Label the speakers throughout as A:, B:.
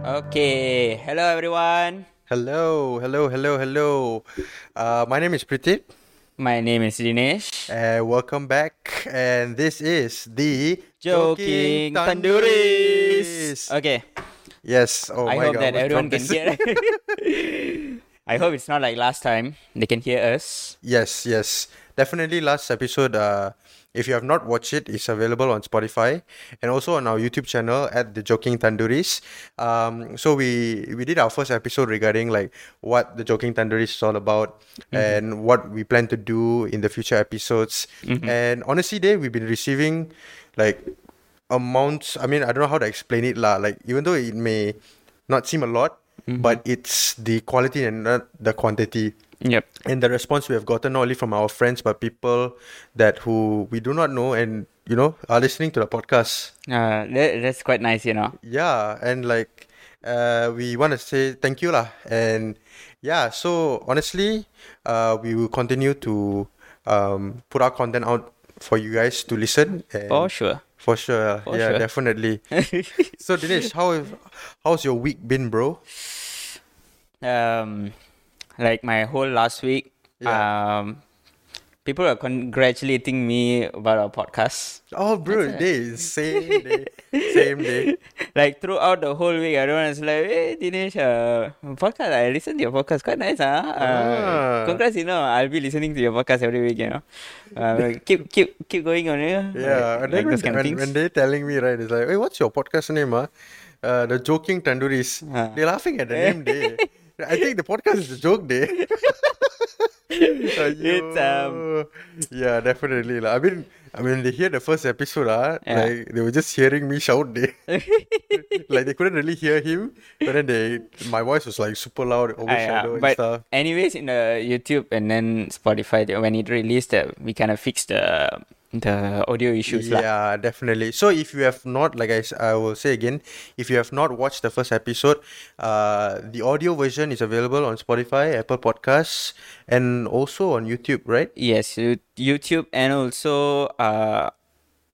A: Okay, hello everyone.
B: Hello, hello, hello, hello. Uh, my name is Pritip,
A: My name is Dinesh.
B: and welcome back. And this is the
A: Joking Tanduris. Okay,
B: Yes. Oh
A: I
B: my
A: hope
B: God.
A: that
B: we've
A: everyone can
B: dropped this.
A: hear. I hope it's not like last time. They can hear us.
B: Yes, yes. Definitely last episode, uh, if you have not watched it, it's available on Spotify and also on our YouTube channel at the Joking Tanduris. Um, so we we did our first episode regarding like what the Joking Tanduris is all about and what we plan to do in the future episodes. And honestly, day we've been receiving like amounts. I mean, I don't know how to explain it lah. Like even though it may not seem a lot, but it's the quality and not the quantity
A: Yep.
B: and the response we have gotten not only from our friends but people that who we do not know and you know are listening to the podcast
A: Uh, that, that's quite nice, you know.
B: yeah and like uh, we want to say thank you lah and yeah so honestly uh, we will continue to um, put our content out for you guys to listen and
A: For Oh, sure.
B: for sure
A: For sure.
B: yeah definitely so dinesh how how's your week been bro
A: um, like my whole last week,
B: Yeah.
A: um, people are congratulating me about our podcast.
B: oh bro day same day same day
A: Like throughout the whole week, everyone is like, "Hey, Dinesh, uh, podcast. I listen to your podcast. Quite nice, huh? Uh,
B: Ah.
A: congrats, you know. I'll be listening to your podcast every week. You know, uh, keep keep keep going on, you know.
B: Yeah,
A: like, like
B: and then when,
A: those kind of
B: when,
A: things.
B: when they're telling me, right, it's like, hey, what's your podcast name, huh? Uh, the Joking Tanduris.
A: Ah.
B: They're laughing at the name, day. I think the podcast is a joke, day.
A: It's, um,
B: yeah, definitely. lah. I mean, I mean, they hear the first episode, ah,
A: Yeah.
B: like they were just hearing me shout, they. like they couldn't really hear him, but then they, my voice was like super
A: Ah,
B: loud,
A: yeah,
B: overshadowed and
A: but
B: stuff.
A: anyways, in the YouTube and then Spotify, they- when it released, uh, we kind of fixed the the audio issues lah.
B: Yeah, definitely. So if you have not, like I, s- I will say again, if you have not watched the first episode, uh, the audio version is available on Spotify, Apple Podcasts, and also on YouTube, right?
A: Yes, you- YouTube and also uh,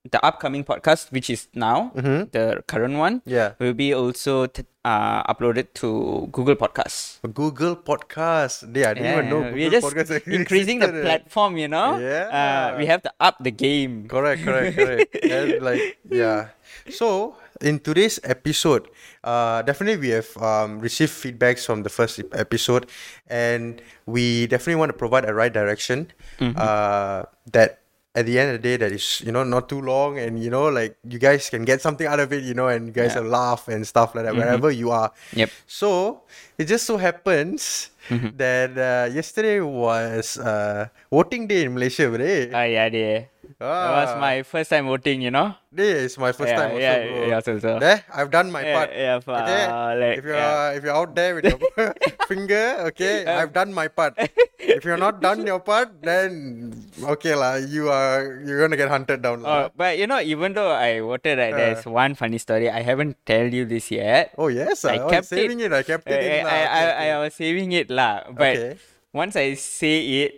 A: the upcoming podcast, which is now
B: Mm-hmm.
A: the current one,
B: Yeah.
A: will be also t- uh, uploaded to Google Podcasts.
B: Google Podcasts. Yeah, I didn't even know
A: Yeah,
B: Google
A: we're just
B: Podcasts actually
A: increasing the
B: existed.
A: platform, you know. Uh, we
B: Yeah.
A: have to up the game.
B: Correct, correct, correct. and like, yeah. So in today's episode, uh, definitely we have um, received feedbacks from the first ep- episode, and we definitely want to provide a right direction.
A: Mm-hmm.
B: Uh, that at the end of the day, that is you know not too long, and you know like you guys can get something out of it, you know, and you guys
A: Yeah. Mm-hmm.
B: will laugh and stuff like that wherever you are.
A: Yep. Mm-hmm.
B: So it just so happens. That uh, yesterday was uh, voting day in Malaysia, right?
A: Ah, yeah, dear. That was
B: Ah.
A: my first time voting, you know.
B: This is my first
A: Yeah,
B: time also.
A: yeah,
B: bro.
A: yeah, also, so.
B: There, I've done my
A: Yeah,
B: part.
A: yeah, for,
B: okay?
A: uh, like,
B: if you're
A: yeah.
B: if you're out there with your finger, okay, I've done my part. if you're not done your part, then okay lah, you are you're gonna get hunted down
A: Oh,
B: lah.
A: but you know, even though I voted, right, there's one funny story. I haven't tell you this yet.
B: Ah. oh yes,
A: I
B: I, was
A: kept
B: saving it. I kept it.
A: I,
B: in, lah.
A: I, I,
B: Okay,
A: I was saving it lah. But
B: Okay. Mm.
A: once I say it,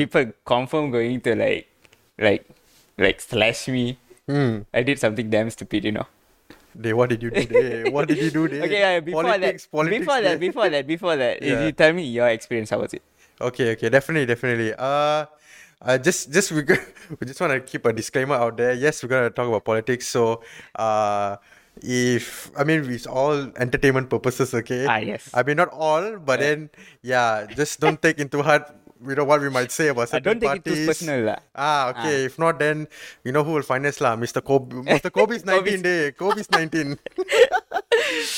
A: people confirm going to like, like, like slash me.
B: Hmm.
A: I did something damn stupid, you know.
B: Dey, what did you do? Day? What did you do? Day?
A: Okay, yeah, before
B: politics,
A: that,
B: politics.
A: before
B: dey.
A: that, before that, before that, if
B: Yeah.
A: you tell me your experience, how was it?
B: Okay, okay, definitely, definitely. Uh, uh just, just we, go- we just want to keep a disclaimer out there. Yes, we're gonna talk about politics. So, uh, if I mean it's all entertainment purposes, okay.
A: Ah, yes.
B: I mean not all, but then yeah, just don't take into heart. You know what we might say about
A: I Ah, don't
B: certain
A: take it
B: parties.
A: too personal lah.
B: Ah, okay. If not, then you know who will find us, lah. Mr. Kobe. Mr. Kobe's 19 day. Kobe's 19.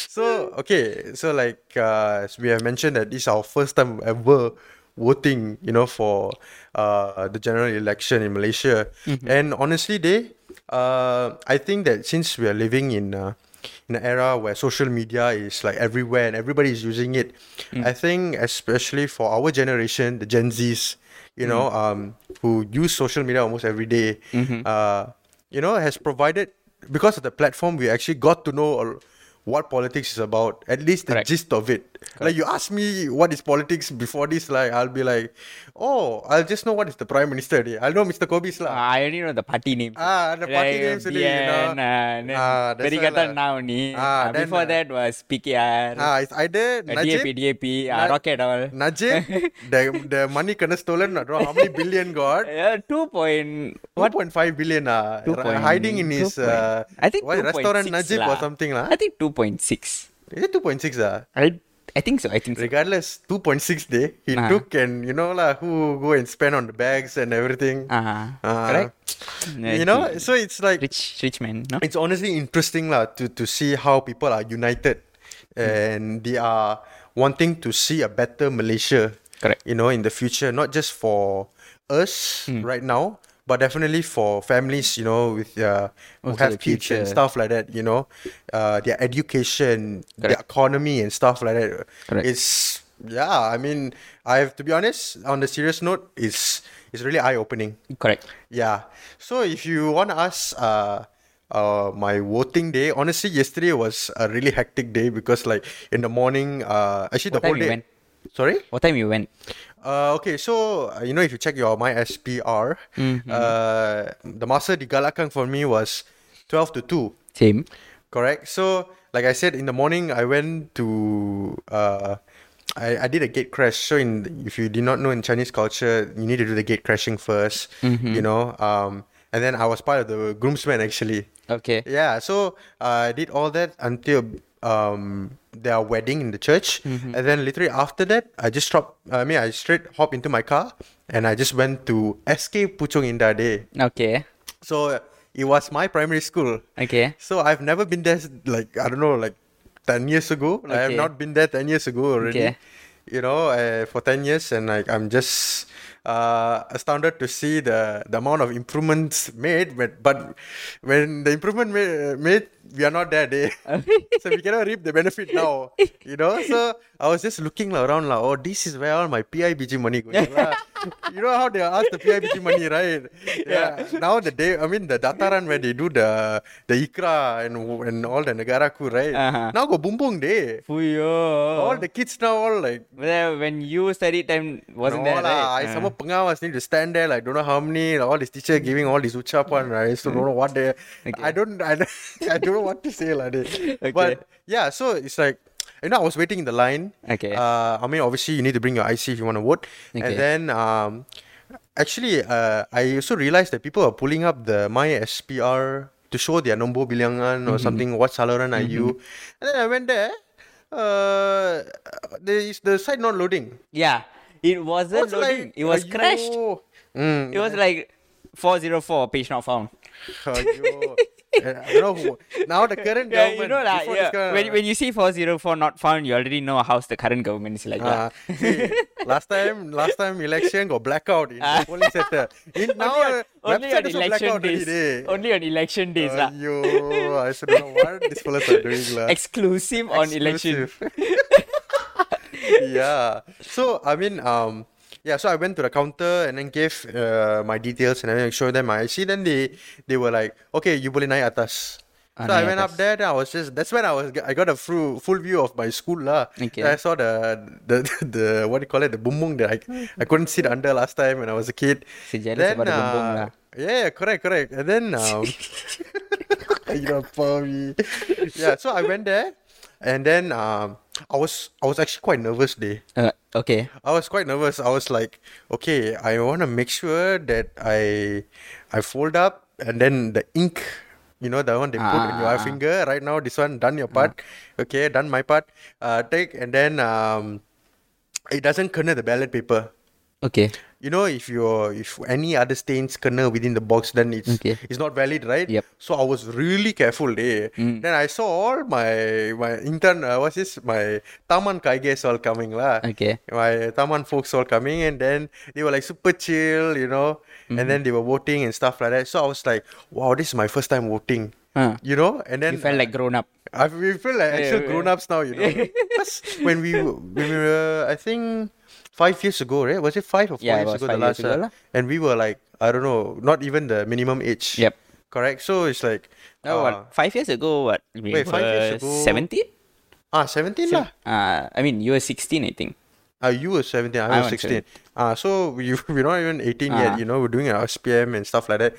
B: so, okay. So, like, uh, as we have mentioned that this is our first time ever voting, you know, for uh, the general election in Malaysia. And honestly, they, uh, I think that since we are living in uh, in an era where social media is like everywhere and everybody is using it, I think especially for our generation, the Gen Zs, you know, um, who use social media almost every day, uh, you know, has provided because of the platform we actually got to know a- what politics is about, at least the
A: Correct.
B: gist of it. Like you ask me what is politics before this, like I'll be like, oh, I'll just know what is the prime minister. already. I'll know Mr. Kobe's lah.
A: I only know the party name.
B: Uh, Ah, the party names only, you know. Ah, that's why
A: Perigata
B: lah.
A: now ni.
B: Ah,
A: Ah,
B: then,
A: before
B: uh,
A: that was PKR, ah,
B: Ah, it's either Najib,
A: DAP, DAP,
B: Na-
A: ah, Rocket all.
B: Najib, the the money kind of stolen. I don't know how many billion got.
A: Uh, two point
B: One
A: what?
B: point five billion ah,
A: Two
B: ra-
A: point-
B: hiding in
A: two
B: his
A: point-
B: uh,
A: I think
B: what,
A: 2.6
B: restaurant Najib
A: lah.
B: or something lah.
A: I think two point six.
B: Is it two point six ah?
A: I I think so. I think so.
B: Regardless, two point six day he
A: Ah.
B: took and you know lah who go and spend on the bags and everything.
A: Ah,
B: Ah.
A: correct.
B: You know, so it's like
A: rich rich man. No.
B: it's honestly interesting lah to to see how people are united and they are wanting to see a better Malaysia.
A: Correct. Hmm.
B: You know, in the future, not just for us right now, but definitely for families. You know, with uh, who
A: Also the
B: have kids and
A: future.
B: stuff like that. You know, uh, their education, their
A: Correct.
B: economy, and stuff like that.
A: Correct.
B: It's yeah. I mean, I have to be honest. On the serious note, it's it's really eye opening.
A: Correct.
B: Yeah. So if you want to ask uh, uh, my voting day, honestly, yesterday was a really hectic day because, like, in the morning, uh, actually,
A: What
B: the whole
A: time you went?
B: day. Sorry?
A: What time you went?
B: Uh, okay, so, uh, you know, if you check your My SPR,
A: Mm-hmm.
B: uh, the masa digalakkan for me was 12 to 2.
A: Same.
B: Correct. So, like I said, in the morning I went to uh, I, I did a gate crash. So, in if you did not know in Chinese culture, you need to do the gate crashing 1st You know, um, and then I was part of the groomsmen actually.
A: Okay.
B: Yeah. So uh, I did all that until um their wedding in the church, and then literally after that, I just dropped. I mean, I straight hop into my car and I just went to SK Puchong Indah Day.
A: Okay.
B: So it was my primary school.
A: Okay.
B: So I've never been there s- like I don't know like 10 years ago. I have
A: Okay.
B: not been there 10 years ago already.
A: Okay.
B: You know, uh, for 10 years and like I'm just uh, astounded to see the, the amount of improvements made but, but when the improvement ma- made we are not there day. so we cannot reap the benefit now. You know, so I was just looking lah around like, oh this is where all my PIBG money going. lah. you know how they ask the PIBG money, right? Yeah. Now the day I mean the Dataran where they do the the Ikra and and all the Nagaraku, right?
A: Uh-huh.
B: Now go Boom Boom Day. All
A: Fuyo.
B: the kids now all like
A: Well, when you studied time wasn't
B: no
A: there,
B: lah,
A: right?
B: I
A: Ah.
B: some more pengawas need to stand there like don't know how many like, all these teacher giving all these ucapan right so don't know what they I don't I don't, I don't know what to say like okay. but yeah so it's like you know I was waiting in the line
A: Okay.
B: uh, I mean obviously you need to bring your IC if you want to vote
A: Okay.
B: and then um actually uh, I also realized that people are pulling up the my SPR to show their number bilangan
A: Mm-hmm.
B: or something what salaran are you and then I went there uh, there is the site not loading
A: Yeah. It wasn't
B: was
A: loading.
B: like,
A: it was
B: "Aiyo."
A: crashed.
B: Mm,
A: It was like 404 page not found.
B: aiyo. And I don't know who- now the current
A: Yeah,
B: government.
A: you know lah.
B: before this
A: Yeah.
B: guy-
A: When, when you see 404 not found, you already know how's the current government is like. lah.
B: Ah, see, last time, last time election got blackout in the
A: Ah.
B: polling sector. In now,
A: only
B: uh,
A: on, only
B: website
A: on
B: also
A: election
B: blackout already.
A: days.
B: dey.
A: Only on election days lah.
B: Aiyo, I should know what these fellas are doing lah.
A: Exclusive on election.
B: Exclusive. yeah. So I mean, um, yeah. So I went to the counter and then gave uh, my details and then showed them my IC. Then they they were like, okay, you boleh naik atas.
A: Ah,
B: So I
A: naik
B: went up
A: atas.
B: there. Then I was just that's when I was I got a full full view of my school lah.
A: Okay.
B: Then I saw the the the what do you call it the bumbung that I I couldn't sit under last time when I was a kid.
A: So jealous about the bumbung lah.
B: uh, Yeah, correct, correct. And then um, you're me. Yeah, so I went there, and then um, I was I was actually quite nervous. Day,
A: Uh, okay.
B: I was quite nervous. I was like, okay, I want to make sure that I I fold up, and then the ink, you know, the one they put in
A: Ah,
B: your
A: ah, ah.
B: finger. Right now, this one done your part. Okay, done my part. Uh, take and then um, it doesn't kena the ballot paper.
A: Okay.
B: You know, if you're if any other stains kena within the box, then it's
A: Okay.
B: it's not valid, right?
A: Yep. Mm.
B: So I was really careful, eh. Then I saw all my my intern, uh, what's this? My Taman Kaiges all coming lah.
A: Okay.
B: My Taman folks all coming, and then they were like super chill, you know.
A: Mm-hmm.
B: And then they were voting and stuff like that. So I was like, wow, this is my first time voting.
A: Huh.
B: You know, and uh, then
A: You felt like grown up.
B: I we feel like actual
A: yeah.
B: grown ups now, you know. 'Cause when we when we were, I think five years ago, right? Was it five or four
A: Yeah, it was
B: years ago? The
A: five years
B: last
A: ago
B: uh,
A: lah.
B: and we were like, I don't know, not even the minimum age.
A: Yep.
B: Correct. So it's like
A: Oh,
B: uh,
A: what, five years ago, what? We
B: Wait, five years ago-
A: 17?
B: ah seventeen lah.
A: Uh, I mean, you were 16, I think.
B: Uh, you were 17,
A: I
B: I, was
A: was
B: 16. Uh, so we, we're not even 18 yet,
A: Ah.
B: you know, we're doing our SPM and stuff like that.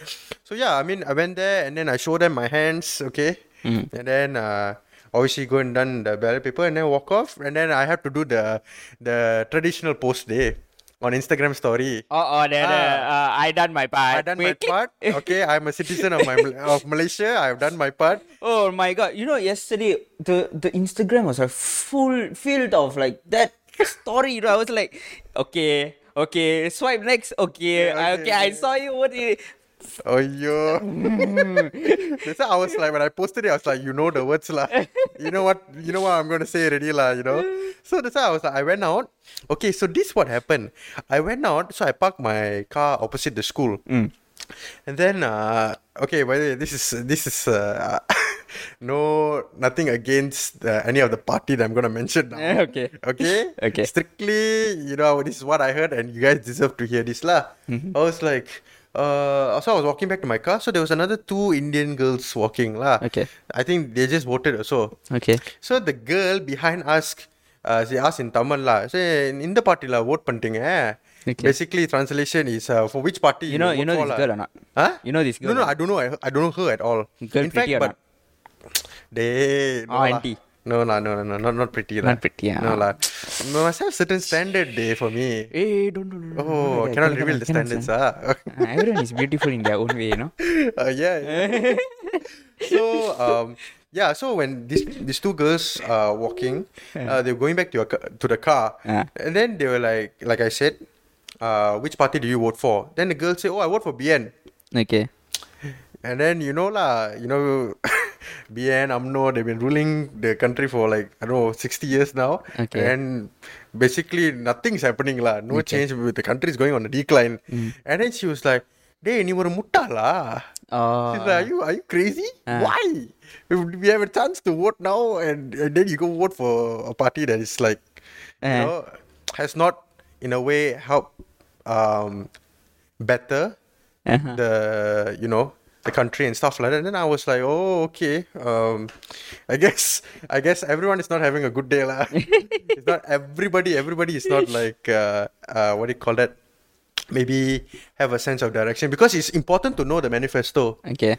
B: So yeah, I mean, I went there and then I showed them my hands, okay?
A: Hmm.
B: And then uh, obviously go and done the ballot paper and then walk off. And then I have to do the the traditional post day on Instagram story.
A: Oh, oh, then uh, I done my part.
B: Ah. I done my part. Okay, I'm a citizen of my of Malaysia. I've done my part.
A: Oh my god! You know, yesterday the the Instagram was like full filled of like that story. You know, I was like, okay, okay, swipe next. Okay,
B: Yeah,
A: I- okay,
B: okay,
A: I
B: yeah.
A: saw you. What? Is it?
B: Oh yo. That's why I was like when I posted it, I was like, you know the words lah. You know what you know what I'm gonna say already lah, you know? So that's why I was like, I went out. Okay, so this what happened. I went out, so I parked my car opposite the school. And then uh okay, by the way, this is this is uh no nothing against uh, any of the party that I'm gonna mention now.
A: Eh, okay.
B: Okay.
A: Okay.
B: Strictly, you know, this is what I heard, and you guys deserve to hear this, lah.
A: Mm-hmm.
B: I was like, uh, so I was walking back to my car, so there was another two Indian girls walking, lah.
A: Okay.
B: I think they just voted or so.
A: Okay.
B: So the girl behind us, uh, she asked in Tamil, lah. Say, in the party, la, vote panting,
A: Okay.
B: Basically, translation is uh, for which party
A: You know, you
B: vote
A: know
B: for
A: this
B: lah.
A: girl or not?
B: Huh?
A: You know this girl?
B: No, no,
A: or
B: I
A: not?
B: don't know. I, I don't know her at all.
A: Girl
B: in fact,
A: pretty or
B: but
A: not?
B: they no
A: Oh,
B: lah.
A: auntie.
B: No, lah, no, no, no, not not pretty, lah.
A: Not pretty, yeah.
B: No, lah. No, must have certain standard day for me.
A: Eh, don't, don't, don't, don't, don't
B: Oh,
A: like that,
B: cannot
A: cannot,
B: reveal the
A: cannot,
B: standards,
A: cannot.
B: ah.
A: Ah, Everyone is beautiful in their own way, you know.
B: uh, yeah. yeah. so um, yeah. So when these these two girls are walking, uh, they were going back to your, ca- to the car,
A: Yeah.
B: and then they were like, like I said, uh, which party do you vote for? Then the girl say, oh, I vote for BN.
A: Okay.
B: And then you know lah, you know, BN, UMNO, they've been ruling the country for like I don't know, sixty years now.
A: Okay.
B: And basically nothing's happening lah. No change. The country is going on a decline.
A: Mm.
B: And then she was like, "Dey, ni oru mutta lah."
A: Oh.
B: She's like, are you are you crazy?
A: Ah.
B: Why? If we have a chance to vote now, and, and then you go vote for a party that is like, you
A: Eh.
B: know, has not in a way helped um, better
A: Uh-huh.
B: the you know the country and stuff like that. And then I was like, oh okay, um, I guess I guess everyone is not having a good day lah. it's not everybody. Everybody is not like uh, uh, what do you call that? Maybe have a sense of direction because it's important to know the manifesto
A: Okay.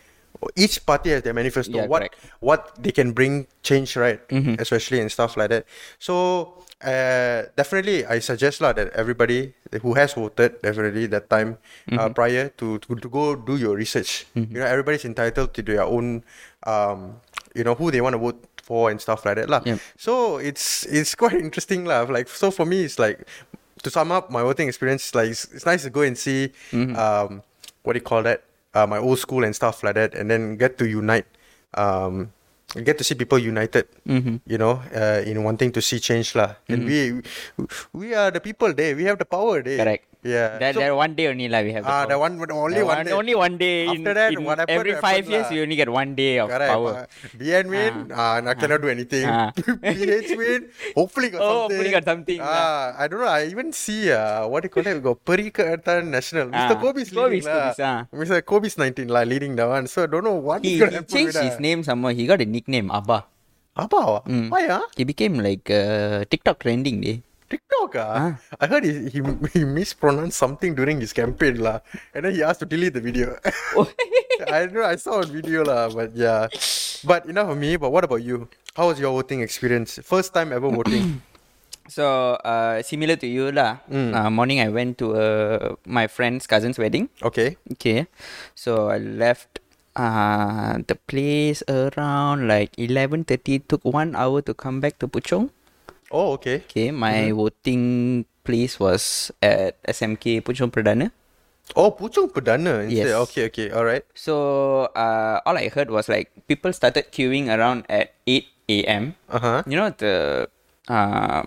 B: each party has their manifesto
A: Yeah,
B: what
A: correct. Mm-hmm.
B: what they can bring change right especially and stuff like that so uh, definitely i suggest lah, that everybody who has voted definitely that time uh,
A: Mm-hmm.
B: prior to, to to go do your research you know everybody's entitled to their own um, you know who they want to vote for and stuff like that lah.
A: Yep.
B: so it's it's quite interesting lah. like so for me it's like to sum up my voting experience is like it's, it's nice to go and see
A: Mm-hmm.
B: um, what do you call that uh, my old school and stuff like that and then get to unite um, get to see people united
A: Mm-hmm.
B: you know uh, in wanting to see change lah. and we we are the people there we have the power there
A: Correct.
B: yeah
A: That,
B: So-
A: that one day only lah we have.
B: ah
A: the
B: the
A: power.
B: one only
A: That
B: one, day.
A: Only one day. in-
B: After that,
A: in
B: what happened,
A: every
B: happened
A: five years,
B: lah.
A: you only get one day of
B: Correct.
A: power.
B: Uh, BN win, ah, I cannot do anything.
A: Ah.
B: PH win, hopefully got
A: Oh,
B: something.
A: hopefully got something,
B: Ah, I don't know. I even see uh, what do you call it? We got Perikatan National. Mr.
A: Ah,
B: Kobe's leading
A: Kobe's,
B: lah.
A: Kobe's, ah.
B: Mr. Kobe's 19 lah leading that one. So I don't know what
A: he, he
B: is gonna happen
A: changed
B: with,
A: his
B: ah.
A: name somewhere. He got a nickname Abba.
B: Abba, ah? Why ah?
A: He became like uh, TikTok trending day.
B: TikTok ah? I heard he, he he mispronounced something during his campaign lah, and then he asked to delete the video.
A: Oh.
B: I don't know. I saw a video lah, but yeah. But enough of me. But what about you? How was your voting experience? First time ever voting.
A: So uh, similar to you lah.
B: Hmm.
A: Uh, morning I went to uh, my friend's cousin's wedding.
B: Okay.
A: Okay, so I left uh, the place around like eleven thirty. Took one hour to come back to Puchong.
B: Oh, okay.
A: Okay, my voting place was at SMK Puchong Pradana.
B: Oh, Puchong Perdana instead.
A: Yes.
B: Okay, okay. All right.
A: So uh, all I heard was like people started queuing around at eight a.m.
B: Uh huh.
A: You know the uh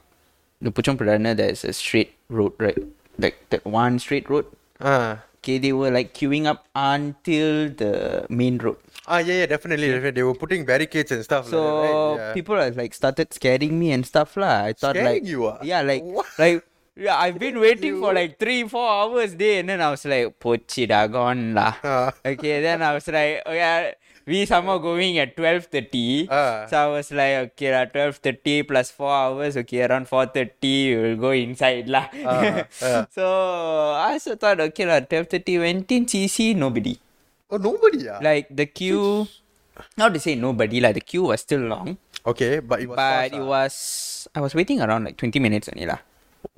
A: the Puchong Pradana there's a straight road, right? Like that one straight road.
B: Ah.
A: Okay, they were like queuing up until the main road.
B: Ah, yeah, yeah, definitely. definitely. They were putting barricades and stuff.
A: So
B: like that, right? Yeah.
A: people are like started scaring me and stuff lah. I thought
B: Scaring
A: like
B: you ah?
A: yeah, like
B: What?
A: like Yeah, I've been waiting for like three, four hours day, and then I was like, pochida gone lah.
B: Ah.
A: Okay, then I was like, okay, we somehow going at twelve thirty.
B: Ah.
A: So I was like, okay, lah, twelve thirty plus four hours, okay, around four thirty we'll go inside lah.
B: Ah, ah.
A: so I also thought, okay, lah, twelve thirty went in CC nobody.
B: Oh, nobody. Ah.
A: Like the queue, not to say nobody, like the queue was still long,
B: okay, but it was.
A: but
B: fast,
A: it
B: ah.
A: was I was waiting around like twenty minutes only lah.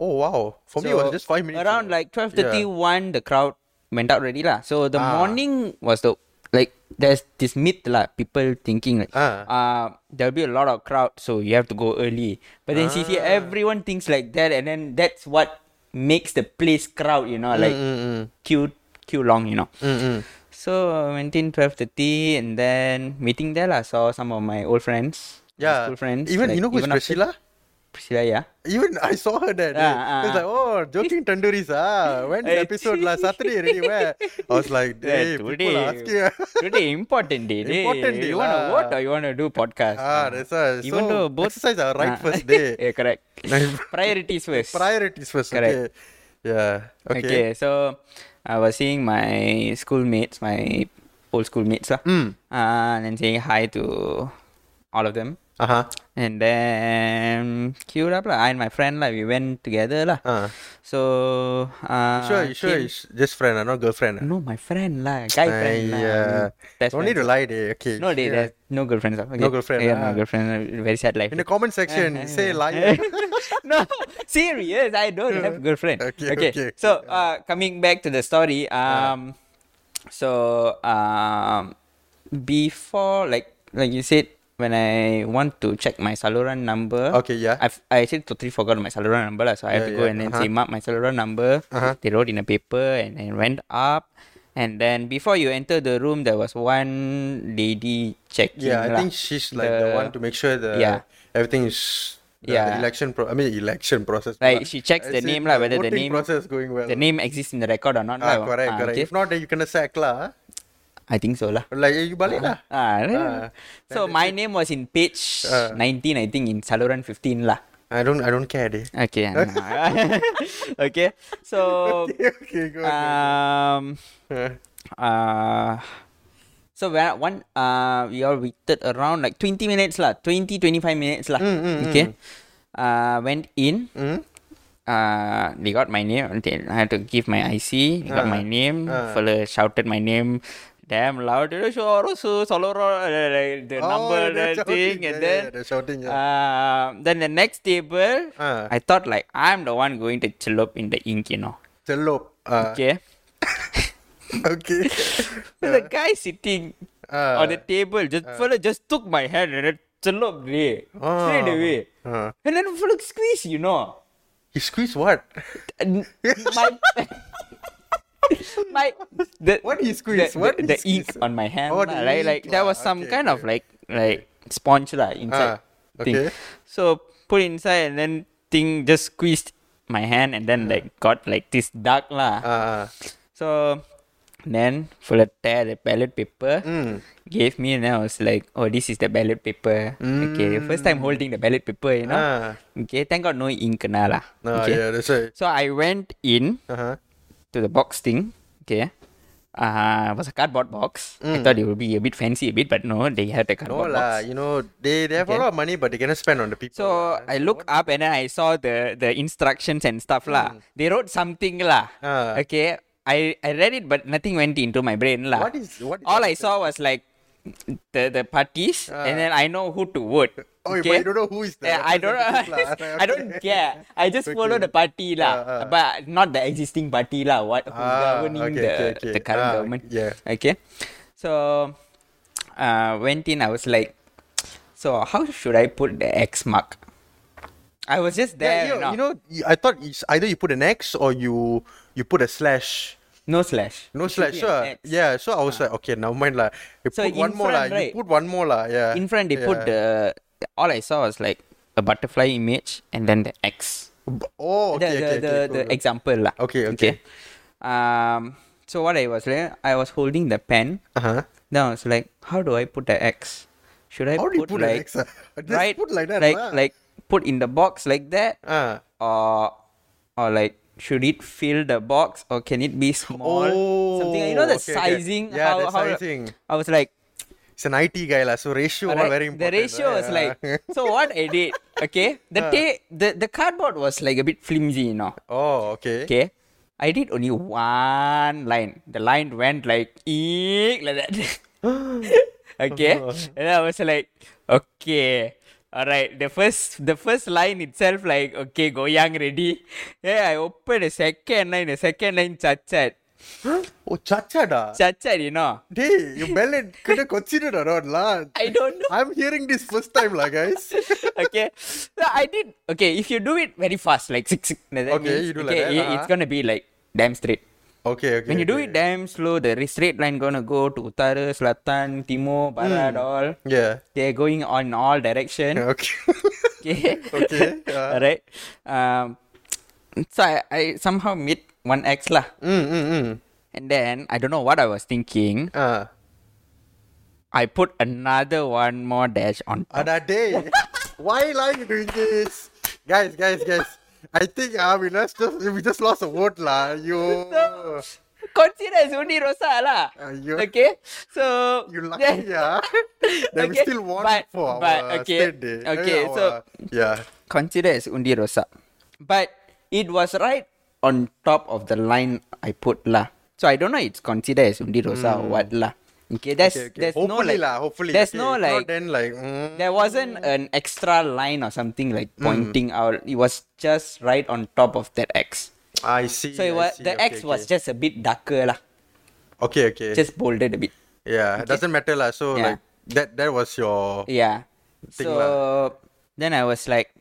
B: Oh wow! For me,
A: So,
B: it was just five minutes.
A: Around like twelve thirty one, the crowd went out already lah. So the
B: Ah.
A: morning was the like there's this myth lah. People thinking like
B: Ah.
A: uh, there'll be a lot of crowd, so you have to go early. But then CC,
B: Ah.
A: everyone thinks like that, and then that's what makes the place crowd. You know,
B: Mm,
A: like queue queue long. You know.
B: Mm-mm.
A: So I went in twelve thirty, and then meeting there lah. Saw some of my old friends. my
B: Yeah.
A: School friends.
B: Even
A: like,
B: you know who's
A: after-
B: Priscilla?
A: Priscilla, yeah.
B: Even I saw her that day.
A: Ah, ah, ah.
B: It's like, oh, joking tandoori's ah. When's the
A: Eh,
B: episode last Saturday already? Where? I was like,
A: Yeah,
B: hey, people are asking.
A: today important day. day.
B: Important day
A: You want to
B: lah.
A: vote or you want to do podcast?
B: ah, that's why.
A: Even
B: so,
A: though both
B: exercise are
A: Ah.
B: right first day.
A: yeah, correct. Priorities first.
B: Priorities first.
A: Correct.
B: Okay. Yeah.
A: okay.
B: Okay.
A: so I was seeing my schoolmates, my old schoolmates, lah,
B: Mm.
A: uh, and then saying hi to all of them.
B: Uh huh.
A: And then queued up lah. I and my friend like we went together lah.
B: Uh.
A: So uh,
B: Sure. you sure.
A: came-
B: you sh- Just friend, ah, not girlfriend. ah?
A: No, my friend lah, guy friend lah.
B: Aiya.
A: Best
B: Don't need
A: friends.
B: to lie, day. Okay.
A: No, they, there's
B: yeah.
A: no girlfriends. ah. Okay.
B: No girlfriend,
A: Yeah, no
B: ah.
A: girlfriend. uh, Very sad life.
B: In the comment
A: Uh-huh.
B: section, say liar.
A: no, serious. I don't have girlfriend.
B: Okay, okay,
A: So, uh, coming back to the story, um, so um, before like like you said, when I want to check my Saluran number,
B: okay. Yeah.
A: I've, I actually totally forgot my Saluran number lah. So I have to
B: Yeah,
A: go
B: yeah,
A: and then
B: uh-huh.
A: say mark my Saluran number.
B: Uh-huh.
A: They wrote in a paper and then went up. And then before you enter the room, there was one lady checking.
B: Yeah, I
A: lah.
B: think she's like the, one to make sure the
A: yeah.
B: everything is the
A: Yeah.
B: election pro- I mean election process.
A: Like,
B: pula.
A: she checks the
B: I said
A: name lah, whether the
B: voting
A: name-
B: process going well.
A: the name exists in the record or not.
B: Ah,
A: lah.
B: correct,
A: Ah,
B: correct.
A: okay.
B: If not, then you kena sack lah.
A: I think so lah.
B: Like eh, you balik lah.
A: Ah,
B: Ah,
A: so my name was in page
B: Ah.
A: 19 I think in Saluran 15 lah.
B: I don't, I don't care. Dey.
A: Okay. nah. okay. So
B: okay, go on.
A: um
B: go on.
A: uh so when I- one uh we all waited around like 20 minutes lah, 20 25 minutes lah.
B: Mm, mm,
A: okay. Uh went in
B: Hmm?
A: uh they got my name and then I had to give my IC they got
B: Ah,
A: my name
B: ah.
A: fella shouted my name damn loud you know sure so Soloro uh, the
B: Oh,
A: number
B: they're
A: the
B: shouting,
A: thing and
B: yeah,
A: then
B: yeah, they're shouting, yeah.
A: um, then the next table
B: Ah.
A: I thought like I'm the one going to chillop in the ink you know
B: Celup. Ah,
A: okay
B: okay.
A: so the guy sitting
B: Ah.
A: on the table just fella just took my hand and then chillop re, straight
B: Ah.
A: away
B: Ah.
A: and then fella squeeze you know
B: He squeezed what?
A: N- my my the,
B: What he
A: the,
B: squeezed? what
A: the,
B: he
A: the ink
B: squeezed?
A: on my hand
B: Oh,
A: lah,
B: the
A: like like
B: ink
A: there
B: lah,
A: was some
B: okay,
A: kind of
B: okay.
A: like like sponge lah inside
B: Ah,
A: thing.
B: okay.
A: So put inside and then thing just squeezed my hand and then like got like this dark lah.
B: Ah, ah.
A: So then full of tear the ballot paper
B: Mm.
A: gave me and then I was like, oh this is the ballot paper. Okay, first time holding the ballot paper, you know.
B: Mm. Ah.
A: Okay, thank God no ink kena lah.
B: No,
A: okay.
B: yeah, that's right.
A: So I went in
B: Uh huh.
A: to the box thing. Okay. Uh, it was a cardboard box. I thought it would be a bit fancy a bit, but no, they had a
B: Mm. No
A: cardboard
B: lah,
A: box.
B: you know they they have
A: Okay.
B: a lot of money, but they cannot spend on the people.
A: So I look up and then I saw the the instructions and stuff lah. They wrote something lah.
B: Mm. Ah.
A: Okay. I, I read it but nothing went into my brain lah.
B: What is- what
A: ah.
B: is
A: All I
B: that?
A: saw was like the the parties and then I know who to vote.
B: Ah. oh, but
A: okay?
B: you don't know who is the
A: Yeah, I don't
B: representative lah.
A: I don't care. I just
B: Okay.
A: follow the party lah,
B: Ah, ah.
A: but not the existing party lah. What who's
B: Ah,
A: governing
B: okay,
A: the,
B: okay, okay.
A: the current
B: Ah,
A: government?
B: yeah.
A: Okay. So, uh, went in. I was like, so how should I put the X mark? I was just
B: Yeah,
A: there.
B: you, know,
A: no,
B: you know, you- I thought it's either you put an X or you you put a slash.
A: no slash.
B: No
A: It should
B: slash,
A: be an
B: sure.
A: X. Ah.
B: Yeah, so I was like, okay, now mind lah. You
A: So
B: put
A: in
B: one more lah.
A: front, right?
B: You put one more lah. Yeah.
A: In front they
B: yeah.
A: put the all I saw was like a butterfly image and then the X.
B: B- Oh,
A: the the,
B: okay, okay,
A: the,
B: okay,
A: the
B: cool, cool.
A: example lah.
B: Okay, okay.
A: Um. So what I was like, I was holding the pen.
B: Uh-huh.
A: Then I was like, how do I put the X? Should I
B: How do you
A: put,
B: put an
A: like
B: X, ah? Just
A: right?
B: put like that
A: like
B: lah.
A: like put in the box like that
B: Ah,
A: or or like should it fill the box or can it be small? Something like- you know the
B: Oh, okay, okay.
A: sizing.
B: Yeah,
A: how,
B: the
A: how,
B: sizing.
A: I was like,
B: It's an IT guy, lah. So ratio all
A: Alright,
B: very important. Uh.
A: The ratio
B: right?
A: was like so. What I did, okay, the ta- the the cardboard was like a bit flimsy, you know.
B: oh, okay.
A: Okay, I did only one line. The line went like eek like that. okay,
B: Oh,
A: and I was like, okay. Alright, the first the first line itself like okay, goyang ready. Yeah, I open the second line, the second line chat chat.
B: Oh, chacha da.
A: Chat chat, you know.
B: Hey, you ballad could have considered or not, lah.
A: I don't know.
B: I'm hearing this first time, lah, guys.
A: okay. So I did okay. If you do it very fast, like six, six that
B: Okay,
A: means-
B: you do like that,
A: i-
B: uh-huh.
A: It's gonna be like damn straight.
B: okay, okay.
A: When you do
B: okay.
A: it damn slow, the re- straight line gonna go to Uttara, Selatan, Timur, Barat,
B: Hmm.
A: all.
B: Yeah.
A: They're going on all direction.
B: Okay.
A: Okay.
B: Okay, uh.
A: all right. Um. So I, I somehow meet one ex lah,
B: mm, mm, mm.
A: and then I don't know what I was thinking.
B: Ah.
A: I put another one more dash on. top.
B: Ada day. Why are you doing this? Guys, guys, guys. I think ah, we lost just we just lost a word lah. You
A: Consider as only Rosa lah.
B: Aiyo.
A: Okay. So
B: you lucky yeah. That we
A: Okay,
B: still won
A: but-
B: for our
A: but, okay,
B: state day. Eh,
A: okay,
B: our-
A: so-
B: yeah.
A: considered as undi rosak. But it was right on top of the line I put lah. So I don't know it's considered as undi rosak or what lah. Okay, that's
B: Hmm. Okay, okay.
A: there's no
B: hopefully
A: like
B: lah, hopefully.
A: there's
B: okay.
A: no
B: If
A: like
B: not then like mm,
A: there wasn't an extra line or something like
B: Hmm.
A: pointing out. It was just right on top of that X.
B: I see.
A: So it
B: I
A: was
B: see.
A: the
B: okay,
A: X was
B: okay.
A: just a bit darker lah,
B: Okay, okay.
A: just bolded a bit.
B: yeah, it doesn't matter lah. So
A: Yeah.
B: like that that was your
A: Yeah.
B: Thing
A: so then I was like,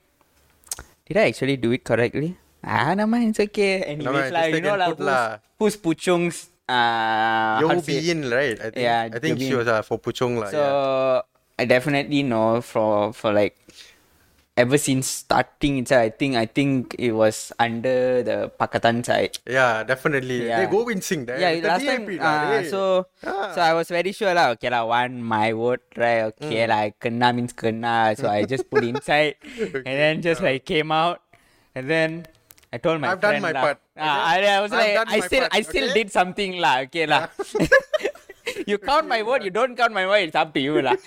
A: did I actually do it correctly? Ah, nama it's okay. Anyways,
B: mind,
A: lah,
B: just
A: you know
B: take
A: lah,
B: and put
A: who's,
B: lah.
A: who's Puchung's uh,
B: Yo
A: how to say it?
B: Bean, right? I think
A: Yeah,
B: I think
A: Yo
B: she
A: Bean.
B: was uh, for Puchong lah.
A: So
B: yeah.
A: I definitely know for for like ever since starting itself, I think I think it was under the Pakatan side.
B: Yeah, definitely.
A: Yeah.
B: They go wincing there.
A: Yeah,
B: It's the
A: last time,
B: DAP lah,
A: uh,
B: eh.
A: so
B: Ah.
A: so I was very sure lah. Okay lah, one my word right.
B: Mm.
A: Okay lah, kena means kena. So I just put inside, and then just like came out, and then I told my
B: I've done
A: friend
B: my
A: lah.
B: part,
A: Ah, I,
B: okay?
A: I was
B: I've
A: like,
B: done
A: I
B: my
A: still
B: part,
A: I still
B: okay?
A: did something lah. Okay lah. you count my word, you don't count my word. It's up to you lah.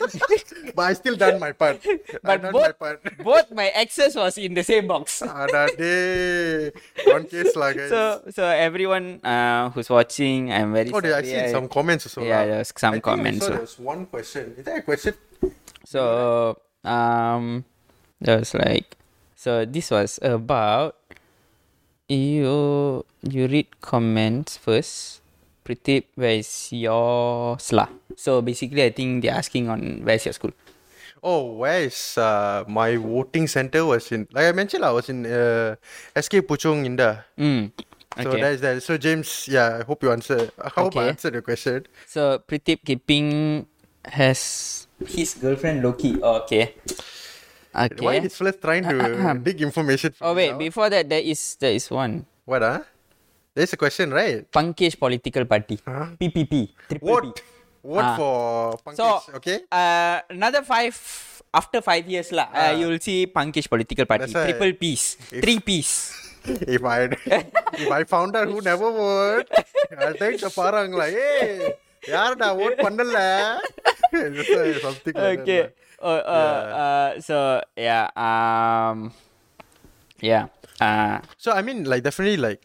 B: but I still done my part. I
A: but
B: done
A: both
B: my part. Ah,
A: both my exes was in the same box.
B: Ada day. One case lah, guys.
A: So so everyone uh, who's watching, I'm very
B: oh, did I
A: sorry.
B: see some comments also?
A: Yeah,
B: lah.
A: there's some
B: I think I
A: comments,
B: saw
A: so.
B: There's one question. Is there a question?
A: So um that was like so this was about you you read comments first. Pratip, where is your sla? So basically I think they're asking on where's your school.
B: Oh, where is uh, my voting center was in? Like I mentioned, I was in uh, SK Puchong Inda.
A: Mm.
B: So
A: Okay.
B: that is that. So James, yeah, I hope you answer. I hope
A: Okay.
B: I answered your question.
A: So Pratip Kipping has his girlfriend Loki. Oh, okay. Okay.
B: Why is Phyllis trying to dig information?
A: oh
B: from me
A: wait,
B: now?
A: before that there is there is one.
B: What ah? There's a question, right?
A: Punkish political party.
B: Huh?
A: PPP. Triple P.
B: What? What
A: Ah.
B: for
A: So,
B: Pankaj? okay?
A: Uh, another five after five years lah. Uh,
B: Ah.
A: you will see punkish political party.
B: That's why-
A: Triple P's,
B: If-
A: three P's.
B: If I if I found out who never would, I'll take the parang like, hey, யாருடா vote பண்ணல This is something like
A: okay.
B: that.
A: Uh, uh, uh, so yeah. Um. Yeah. Uh,
B: So I mean, like definitely, like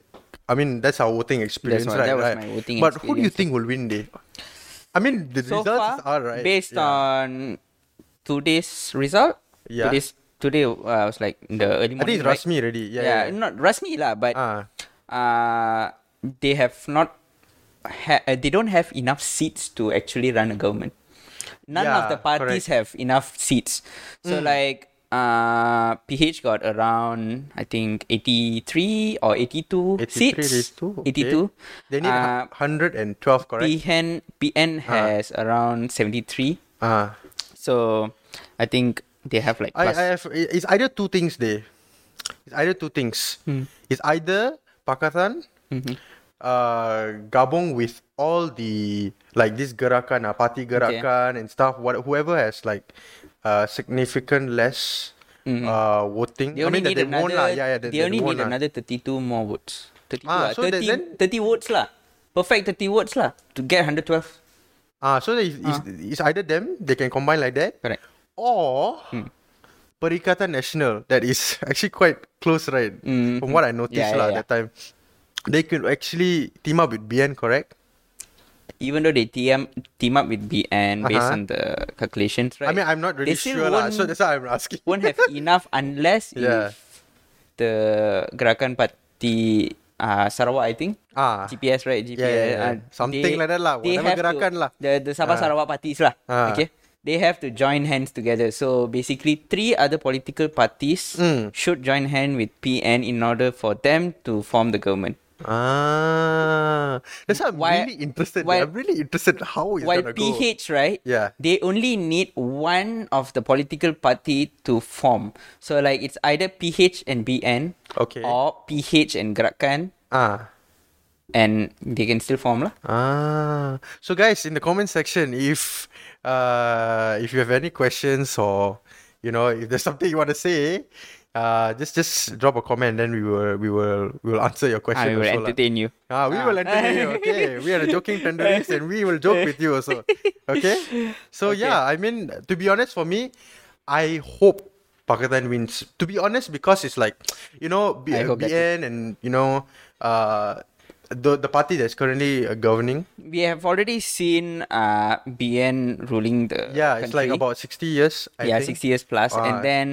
B: I mean, that's our voting experience,
A: what-
B: right?
A: that was
B: right.
A: my voting
B: but who do you
A: experience.
B: think will win, day? I mean, the
A: so far,
B: results are right.
A: based
B: yeah.
A: on today's result.
B: Yeah.
A: Today's today uh, I was like in the early
B: I think
A: morning.
B: it's
A: right?
B: Rasmi already. Yeah.
A: Yeah,
B: yeah. yeah.
A: not Rasmi lah, but
B: Ah.
A: uh, they have not ha- uh, they don't have enough seats to actually run a government. None of the
B: Yeah, Hmm.
A: parties have enough seats. So like uh, PH got around I think 83 or 82
B: 83
A: seats.
B: raised two, okay.
A: 82.
B: They need
A: uh,
B: a hundred and twelve, correct?
A: PN PN
B: Uh-huh.
A: has around 73.
B: Ah.
A: So I think they have like
B: I,
A: plus
B: I have i- it's either two things there. It's either two things.
A: Hmm.
B: It's either Pakatan,
A: Mm-hmm.
B: uh, Gabong with all the like this gerakan, ah, uh, party gerakan and stuff. What whoever has like uh, significant less uh, voting.
A: Mm-hmm. They
B: I
A: only
B: mean, that
A: need
B: they
A: another.
B: won lah. Yeah, yeah, that
A: they, only
B: won
A: need
B: lah.
A: another 32 more votes. 32,
B: Ah,
A: ah,
B: so
A: 30,
B: that then-
A: 30 votes lah. Perfect 30 votes lah to get 112.
B: Ah, so that is, is, is either them they can combine like that,
A: Correct.
B: or
A: Hmm.
B: Perikatan National that is actually quite close, right? From what I
A: Mm-hmm.
B: noticed
A: Yeah, yeah,
B: lah
A: yeah.
B: that time, they could actually team up with BN, correct?
A: Even though they team team up with BN based
B: Uh-huh.
A: on the calculations, right?
B: I mean, I'm not really
A: they still
B: sure lah.
A: won't,
B: So that's why I'm asking.
A: won't have E enough unless
B: Yeah.
A: if the Gerakan Party uh, Sarawak, I think.
B: Ah,
A: GPS, right? GPS.
B: yeah, yeah.
A: uh,
B: Something like that lah,
A: they
B: whatever
A: have to-
B: gerakan lah.
A: The, the Sabah Sarawak parties lah.
B: Ah.
A: Okay. They have to join hands together. So basically, three other political parties
B: Mm.
A: should join hand with PN in order for them to form the government.
B: ah, that's why I'm
A: Why-
B: really interested.
A: why-
B: I'm really interested how it's
A: While
B: gonna go.
A: PH, right?
B: Yeah.
A: They only need one of the political party to form. So like it's either PH and BN
B: Okay.
A: or PH and Gerakan,
B: Ah.
A: and they can still form lah.
B: Ah, so guys, in the comment section, if uh, if you have any questions or you know if there's something you want to say, uh, just just drop a comment, then we will we will we will answer your
A: I
B: question
A: will
B: also lah.
A: entertain you.
B: Ah, we will entertain you. Okay, we are the joking tenderies, and we will joke with you also. Okay, so yeah, I mean to be honest, for me, I hope Pakistan wins. To be honest, because it's like you know B-
A: I hope that
B: BN and you know uh, the the party that's currently uh, governing.
A: we have already seen uh BN ruling the
B: Yeah, it's like
A: Uh, country.
B: about 60 years, I
A: yeah
B: think.
A: 60 years plus
B: Ah.
A: and then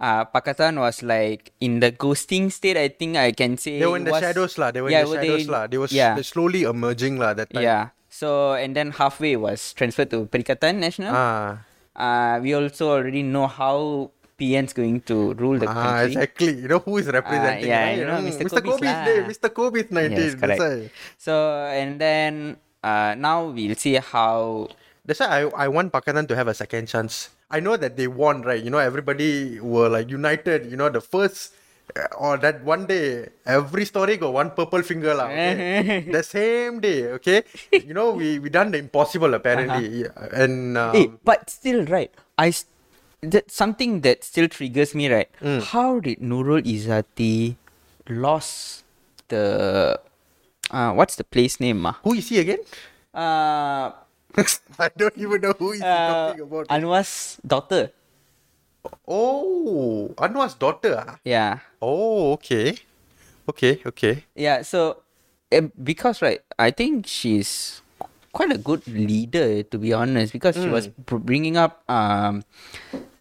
A: uh Pakistan was like in the ghosting state I think I can say
B: They were in
A: it
B: the
A: was-
B: shadows, lah. They were
A: yeah,
B: in the shadows, lah. They were s-
A: yeah
B: they're slowly emerging, lah, that time.
A: yeah so and then halfway was transferred to Perikatan National
B: Ah,
A: uh we also already know how PN's going to rule the
B: ah,
A: country Ah,
B: exactly. You know who is representing,
A: yeah,
B: right?
A: you know,
B: Mm,
A: Mr.
B: Mr.
A: Kobis
B: Kobis Day,
A: lah.
B: Mr. Kobis 19.
A: yes
B: that's
A: correct
B: why.
A: so and then uh now we'll see how
B: That's why I, I want Pakatan to have a second chance. I know that they won, right? You know, everybody were like united. You know, the first uh, or that one day, every story got one purple finger, lah. Okay? the same day, okay. You know, we we done the impossible
A: Uh-huh.
B: apparently, Yeah, and um,
A: Eh, but still, right? I s- that something that still triggers me, right?
B: Hmm.
A: How did Nurul Izzati lost the uh, what's the place name? Ah,
B: who is he again?
A: uh,
B: I don't even know who is he
A: uh,
B: talking about.
A: Anwar's daughter.
B: oh, Anwar's daughter. ah?
A: Yeah,
B: Oh, okay. Okay, okay.
A: yeah. So eh, because right, I think she's quite a good leader to be honest. Because she was br- bringing up um,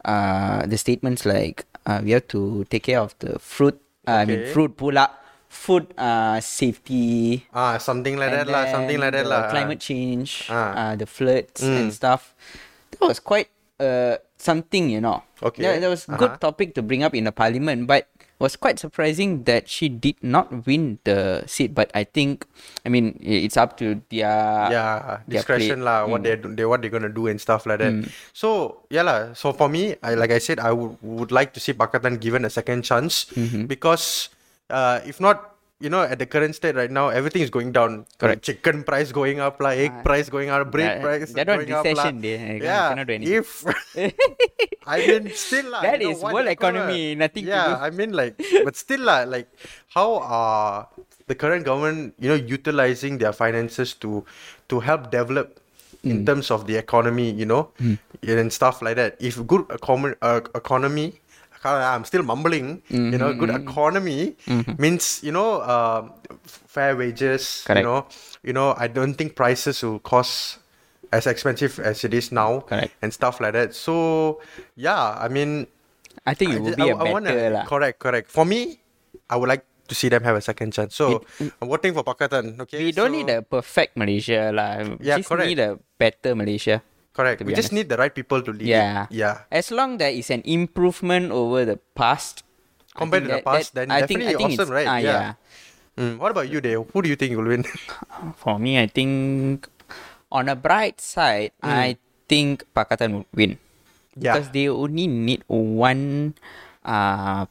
A: uh, the statements like uh, we have to take care of the fruit. Uh, I mean,
B: Okay.
A: fruit pula, food uh, safety.
B: Ah, something like that
A: and
B: lah, something like
A: then
B: that
A: the
B: lah.
A: Climate change,
B: Ah. Mm.
A: uh, the floods and stuff. That was quite uh something, you know.
B: Okay. Uh-huh.
A: That, that was good topic to bring up in the parliament, but was quite surprising that she did not win the seat. But I think, I mean, i- it's up to their uh,
B: yeah,
A: their plate.
B: discretion
A: Mm.
B: lah, what they're do- they what they're gonna do and stuff like that. So yeah lah. So for me, I like I said, I would would like to see Pakatan given a second chance
A: Mm-hmm.
B: because uh, if not, you know, at the current state right now, everything is going down. Correct. Chicken price going up lah, egg price going up,
A: Ah.
B: bread
A: that-
B: price
A: that one
B: going up lah.
A: recession, they- they
B: yeah.
A: cannot do anything.
B: If I mean, still lah.
A: That
B: you know,
A: is
B: what
A: world
B: they call
A: economy,
B: a-
A: nothing to
B: Yeah,
A: do.
B: I mean, like, but still, lah, like, how are the current government, you know, utilizing their finances to to help develop
A: Mm.
B: in terms of the economy, you know, and stuff like that. If good econ- uh, economy, uh, I'm still mumbling, you know, good
A: Mm-hmm.
B: economy means, you know, uh, fair wages, you
A: Correct.
B: know, you know, I don't think prices will cost as expensive as it is now
A: Correct.
B: and stuff like that. So, yeah, I mean,
A: I think it would be a better lah.
B: correct, correct. For me, I would like to see them have a second chance. So I'm voting for Pakatan. Okay,
A: We don't
B: so-
A: need a perfect Malaysia lah. We
B: Yeah,
A: just
B: correct.
A: need a better Malaysia. to
B: correct. We
A: be
B: just need the right people to lead. it.
A: Yeah.
B: yeah.
A: As long there is an improvement over the past. I think
B: Compared to the
A: that-
B: past,
A: that-
B: then
A: I think,
B: definitely
A: I think
B: awesome,
A: it's-
B: right?
A: ah, yeah.
B: Mm, what about you, Dave? Who do you think will win?
A: For me, I think on a bright side, I think Pakatan would win.
B: Hmm. Yeah.
A: Because they only need one uh,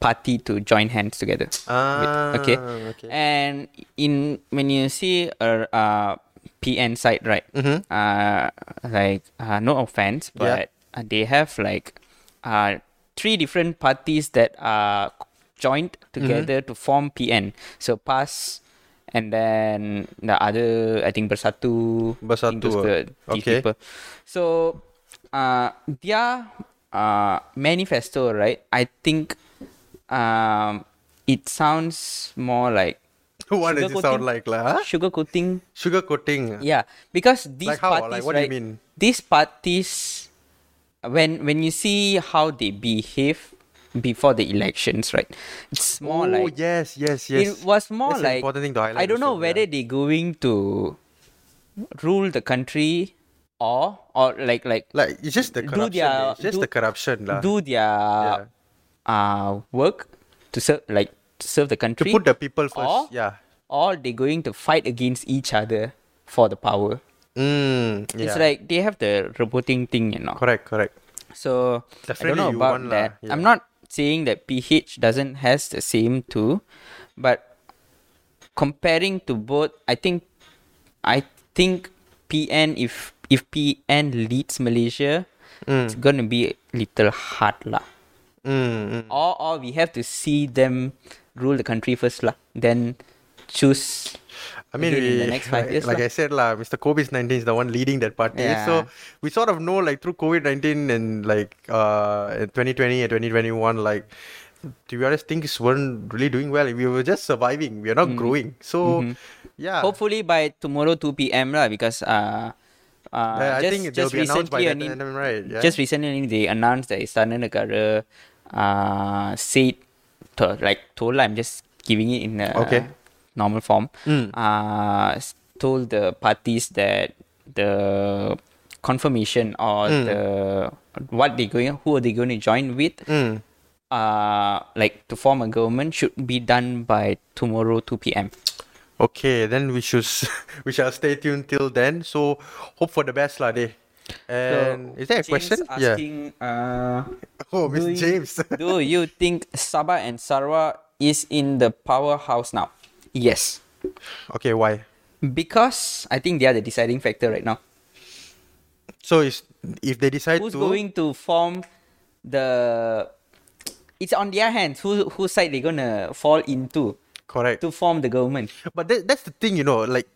A: party to join hands together.
B: Ah,
A: okay.
B: okay.
A: Mm-hmm. And in when you see a uh, PN side, right? Uh, like uh, no offense,
B: Yeah.
A: but uh, they have like uh three different parties that are joined together to form PN. So PAS and then the other I think Bersatu. I think those
B: Bersatu,
A: the,
B: ah.
A: these
B: Okay.
A: people. So uh their uh manifesto, right? I think um it sounds more like
B: what does it sound
A: Sugarcoating.
B: like, lah?
A: sugar coating
B: Sugar coating.
A: yeah, because these
B: Like how? Like,
A: parties,
B: what do you
A: right?
B: mean?
A: These parties, when when you see how they behave before the elections, right? It's more
B: oh,
A: like
B: yes, yes, yes.
A: it was more
B: That's an
A: like
B: important thing to highlight
A: I don't know
B: also, yeah.
A: whether they going to rule the country or or like like
B: Like it's just the
A: Do
B: corruption.
A: their-
B: eh. it's just
A: do-
B: the corruption, lah.
A: do their uh work to serve like to serve the
B: to
A: country
B: put the people first.
A: or-
B: yeah.
A: or they going to fight against each other for the power.
B: Mm, yeah.
A: It's like they have the reporting thing, you know.
B: correct, correct.
A: So
B: Definitely
A: I don't
B: you
A: know about
B: want lah,
A: that.
B: yeah.
A: I'm not saying that PH doesn't has the same too, but comparing to both, I think I think PN if if PN leads Malaysia, it's gonna be a little hard lah.
B: Mm, mm.
A: Or or we have to see them rule the country first lah, then choose.
B: I mean,
A: again in
B: we,
A: the next five years,
B: like
A: lah.
B: I said, lah, Mr. COVID nineteen is the one leading that party. So
A: Yeah.
B: we sort of know, like through COVID nineteen and like uh, twenty twenty and twenty twenty one, like to be honest, things weren't really doing well. We were just surviving. We are
A: Mm-hmm.
B: not growing. So yeah,
A: Hopefully by tomorrow two p.m. lah because uh. Uh,
B: Uh, I
A: just,
B: think they'll
A: just
B: be announced by
A: recently only-
B: that time, right? Yeah.
A: Just recently, they announced that Istanbul uh, said, to, like, told, I'm just giving it in a
B: Okay. Hmm.
A: normal form, uh, s- told the parties that the confirmation or
B: Hmm.
A: the what they going, who are they going to join with,
B: Mm.
A: uh, like, to form a government should be done by tomorrow 2 p.m.
B: Okay, then we should s- we shall stay tuned till then. So hope for the best, lah, day. And is there a
A: James
B: question?
A: Asking, uh,
B: yeah. Oh, Miss
A: Do you-
B: James.
A: Do you think Sabah and Sarawak is in the powerhouse now? Yes.
B: okay, why?
A: Because I think they are the deciding factor right now.
B: So is if they decide
A: Who's
B: to
A: going to form the it's on their hands who whose side they're gonna fall into
B: correct.
A: to form the government.
B: But that, that's the thing, you know, like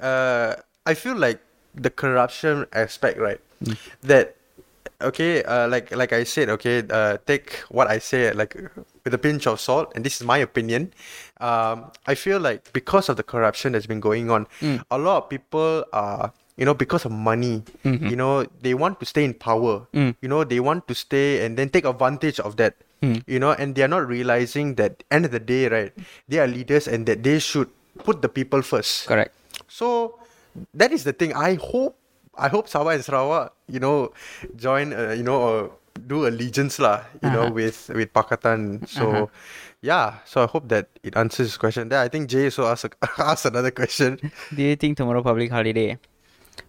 B: uh I feel like the corruption aspect, right? That okay, uh like like I said, okay, uh take what I say like with a pinch of salt, and this is my opinion. Um I feel like because of the corruption that's been going on, a lot of people are you know, because of money, you know, they want to stay in power. You know, they want to stay and then take advantage of that.
A: Hmm.
B: You know, and they are not realizing that end of the day, right? They are leaders and that they should put the people first.
A: Correct.
B: So that is the thing. I hope I hope Sabah and Sarawak, you know, join, uh, you know, uh, do allegiance lah, you know,
A: Uh-huh.
B: with with Pakatan. So yeah, so I hope that it answers this question. Then I think Jay also asked asked another question.
A: Do you think tomorrow public holiday?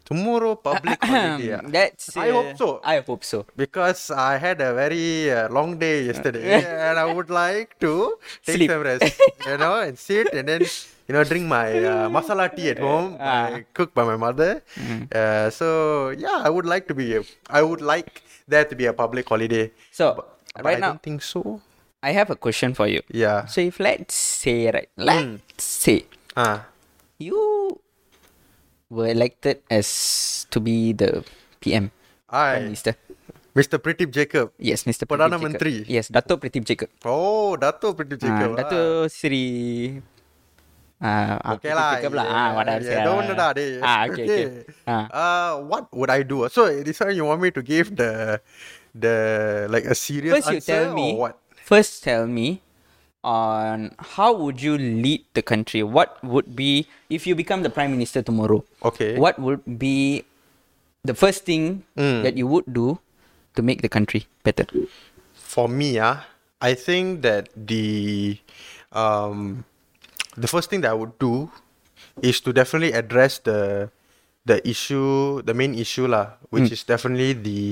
B: Tomorrow public holiday. ah?
A: That's
B: I hope
A: uh,
B: so.
A: I hope so.
B: Because I had a very uh, long day yesterday and I would like to take
A: Sleep.
B: some rest, you know, and sit and then, you know, drink my uh, masala tea at home,
A: Ah.
B: I cooked by my mother.
A: Mm-hmm.
B: Uh, so, yeah, I would like to be, a, I would like there to be a public holiday.
A: So
B: But
A: right
B: I
A: now
B: don't think so.
A: I have a question for you.
B: Yeah.
A: So if let's say right let's say
B: Ah.
A: you were elected as to be the PM, Prime
B: I,
A: Minister.
B: Mr. Pratip Jacob.
A: Yes, Mr. Pratip
B: Perdana
A: Jacob.
B: Menteri.
A: Yes, Dato' Pratip Jacob.
B: Oh, Dato
A: Ah,
B: Pratip Jacob.
A: Dato' Sri Ah, ah, Pratip
B: Okay lah.
A: Jacob
B: yeah,
A: lah. Ah, what
B: yeah,
A: else?
B: yeah, Don't know that. eh.
A: Ah, okay, okay. Ah.
B: Uh, what would I do? So this one you want me to give the the like a serious
A: First you
B: answer
A: tell me.
B: or what?
A: First tell me on how would you lead the country? What would be if you become the Prime Minister tomorrow?
B: Okay.
A: What would be the first thing
B: Hmm.
A: that you would do to make the country better?
B: For me, ah, I think that the um the first thing that I would do is to definitely address the the issue, the main issue lah, which
A: Hmm.
B: is definitely the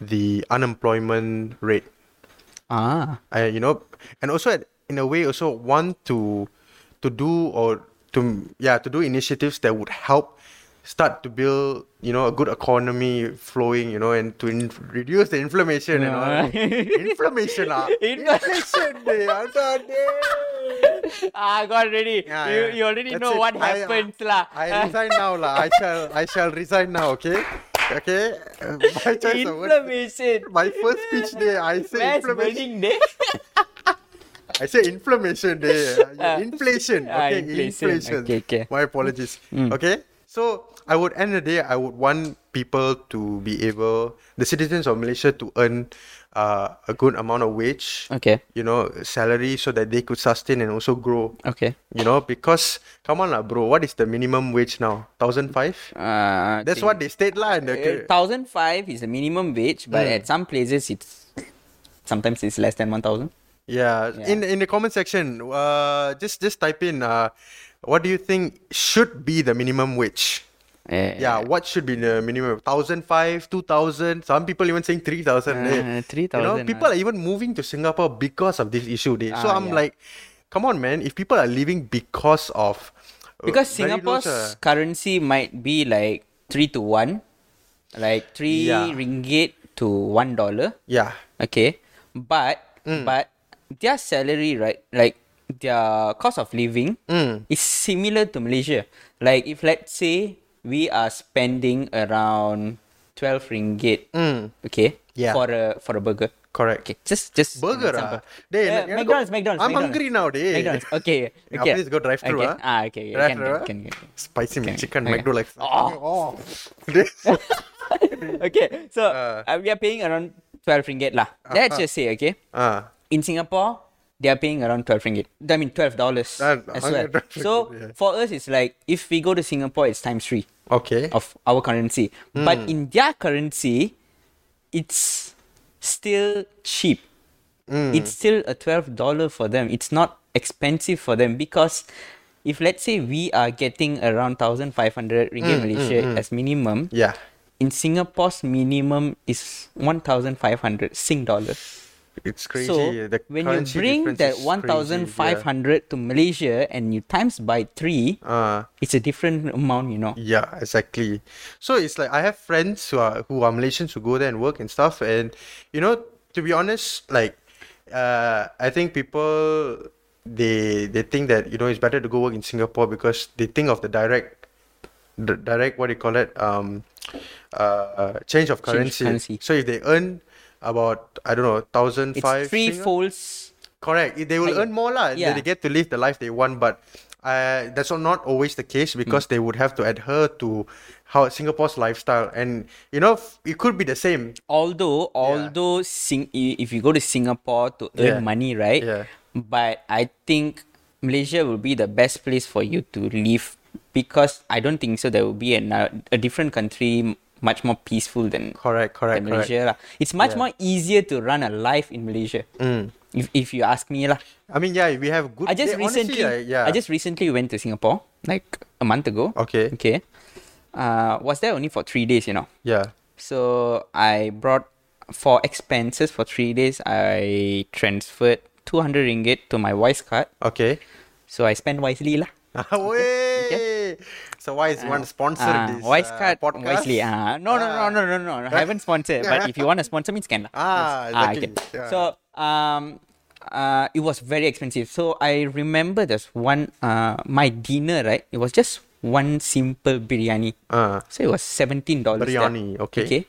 B: the unemployment rate.
A: Ah.
B: I, you know, and also at- in a way also want to to do or to yeah to do initiatives that would help start to build, you know, a good economy flowing, you know, and to in- reduce the inflammation and all. inflammation, ah. inflation, day,
A: ah, got ready.
B: Yeah,
A: you,
B: yeah.
A: you already
B: That's
A: know
B: it.
A: what
B: I- uh,
A: happens, lah.
B: I resign now, lah. I shall, I shall resign now. Okay, okay. Uh, My choice of words.
A: inflammation.
B: My first speech day, I say
A: Mass
B: inflammation.
A: burning day.
B: I say inflammation day.
A: Ah.
B: inflation.
A: Ah,
B: Okay,
A: inflation.
B: inflation.
A: Okay, okay. Mm.
B: My apologies. Okay. So I would end the day I would want people to be able the citizens of Malaysia to earn uh, a good amount of wage.
A: Okay.
B: You know, salary so that they could sustain and also grow.
A: Okay.
B: You know, because come on lah, bro, what is the minimum wage now? Thousand five?
A: Uh,
B: That's what they state lah in
A: Eh,
B: the
A: Thousand five is the minimum wage, but at some places it's sometimes it's less than one thousand.
B: Yeah.
A: Yeah.
B: In in the comment section, uh, just just type in uh, what do you think should be the minimum wage?
A: Uh,
B: Yeah, what should be the minimum? Thousand five, two thousand. Some people even saying three thousand.
A: Uh,
B: eh?
A: 3,000,
B: You know,
A: uh.
B: people are even moving to Singapore because of this issue. Day. so
A: Ah,
B: I'm
A: yeah.
B: like, come on, man. If people are leaving because of uh,
A: Because
B: very low
A: Singapore's
B: sa-
A: currency might be like three to one, like three
B: Yeah.
A: ringgit to one dollar.
B: yeah,
A: Okay, but
B: Mm.
A: but their salary, right? Like their cost of living
B: Mm.
A: is similar to Malaysia. Like if let's say we are spending around twelve ringgit, okay,
B: Mm. Yeah.
A: for a for a burger.
B: correct.
A: Okay, just just an
B: Burger,
A: example.
B: ah? Dey,
A: Yeah,
B: you know,
A: McDonald's,
B: go-
A: McDonald's.
B: I'm
A: McDonald's.
B: hungry now, dey.
A: McDonald's. Okay,
B: Yeah,
A: okay.
B: please go drive-through,
A: Okay.
B: ah.
A: Ah, okay. okay. Can,
B: Drive-through,
A: can,
B: ah.
A: can, can, can.
B: Spicy chicken,
A: okay.
B: McDo like.
A: Oh.
B: Dey.
A: okay, so
B: Uh. Uh-huh.
A: uh, we are paying around 12 ringgit lah. Let's just say, okay,
B: Ah,
A: in Singapore, they are paying around 12 ringgit. I mean, $12
B: Ah,
A: as well.
B: 100 ringgit,
A: So
B: yeah.
A: for us, it's like if we go to Singapore, it's times three
B: okay.
A: of our currency. But in their currency, it's still cheap. It's still a $12 for them. It's not expensive for them because if let's say we are getting around 1500 ringgit Malaysia as minimum,
B: Yeah.
A: in Singapore's minimum is 1500 Sing dollars.
B: It's crazy.
A: So
B: the
A: when you
B: currency
A: bring
B: difference
A: that
B: is crazy,
A: 1500 to Malaysia and you times by 3,
B: yeah. Ah.
A: it's a different amount, you know.
B: Yeah, exactly. So it's like I have friends who are who are Malaysians who go there and work and stuff, and you know, to be honest, like uh, I think people they they think that you know it's better to go work in Singapore because they think of the direct, the direct what do you call it um, uh, change of currency.
A: currency.
B: So if they earn about I don't know thousand
A: It's
B: five
A: three
B: Singapore-
A: folds
B: Correct. They will
A: Higher.
B: earn more lah.
A: Yeah.
B: They get to live the life they want, but uh, that's not always the case because
A: Mm.
B: they would have to adhere to how Singapore's lifestyle, and you know f- it could be the same.
A: although although sing, i- if you go to singapore to earn
B: Yeah.
A: money right
B: Yeah.
A: but i think malaysia will be the best place for you to live because i don't think so there will be an, uh, a different country m- much more peaceful than,
B: Correct. Correct.
A: than
B: correct.
A: malaysia lah. it's much more easier to run a life in malaysia
B: Mm.
A: if, if you ask me lah.
B: I mean, yeah, we have good.
A: I just
B: they- honestly,
A: recently,
B: like, yeah.
A: I just recently went to Singapore like a month ago.
B: Okay.
A: Okay. Uh, was there only for three days, you know.
B: yeah.
A: So I brought for expenses for three days. I transferred two hundred ringgit to my wife's card.
B: Okay.
A: So I spent wisely lah.
B: Way. So why is one sponsor
A: Ah,
B: this
A: wise
B: uh,
A: card
B: podcast?
A: wisely. Ah, no, no, no,
B: Ah.
A: no, no, no, no. I haven't sponsored, but if you want to sponsor me, it's can lah.
B: Ah,
A: Yes.
B: exactly.
A: okay.
B: Yeah.
A: So um, uh, it was very expensive. So I remember there's one uh my dinner right. It was just one simple biryani.
B: Ah.
A: So it was seventeen dollars.
B: Biryani, okay.
A: Okay.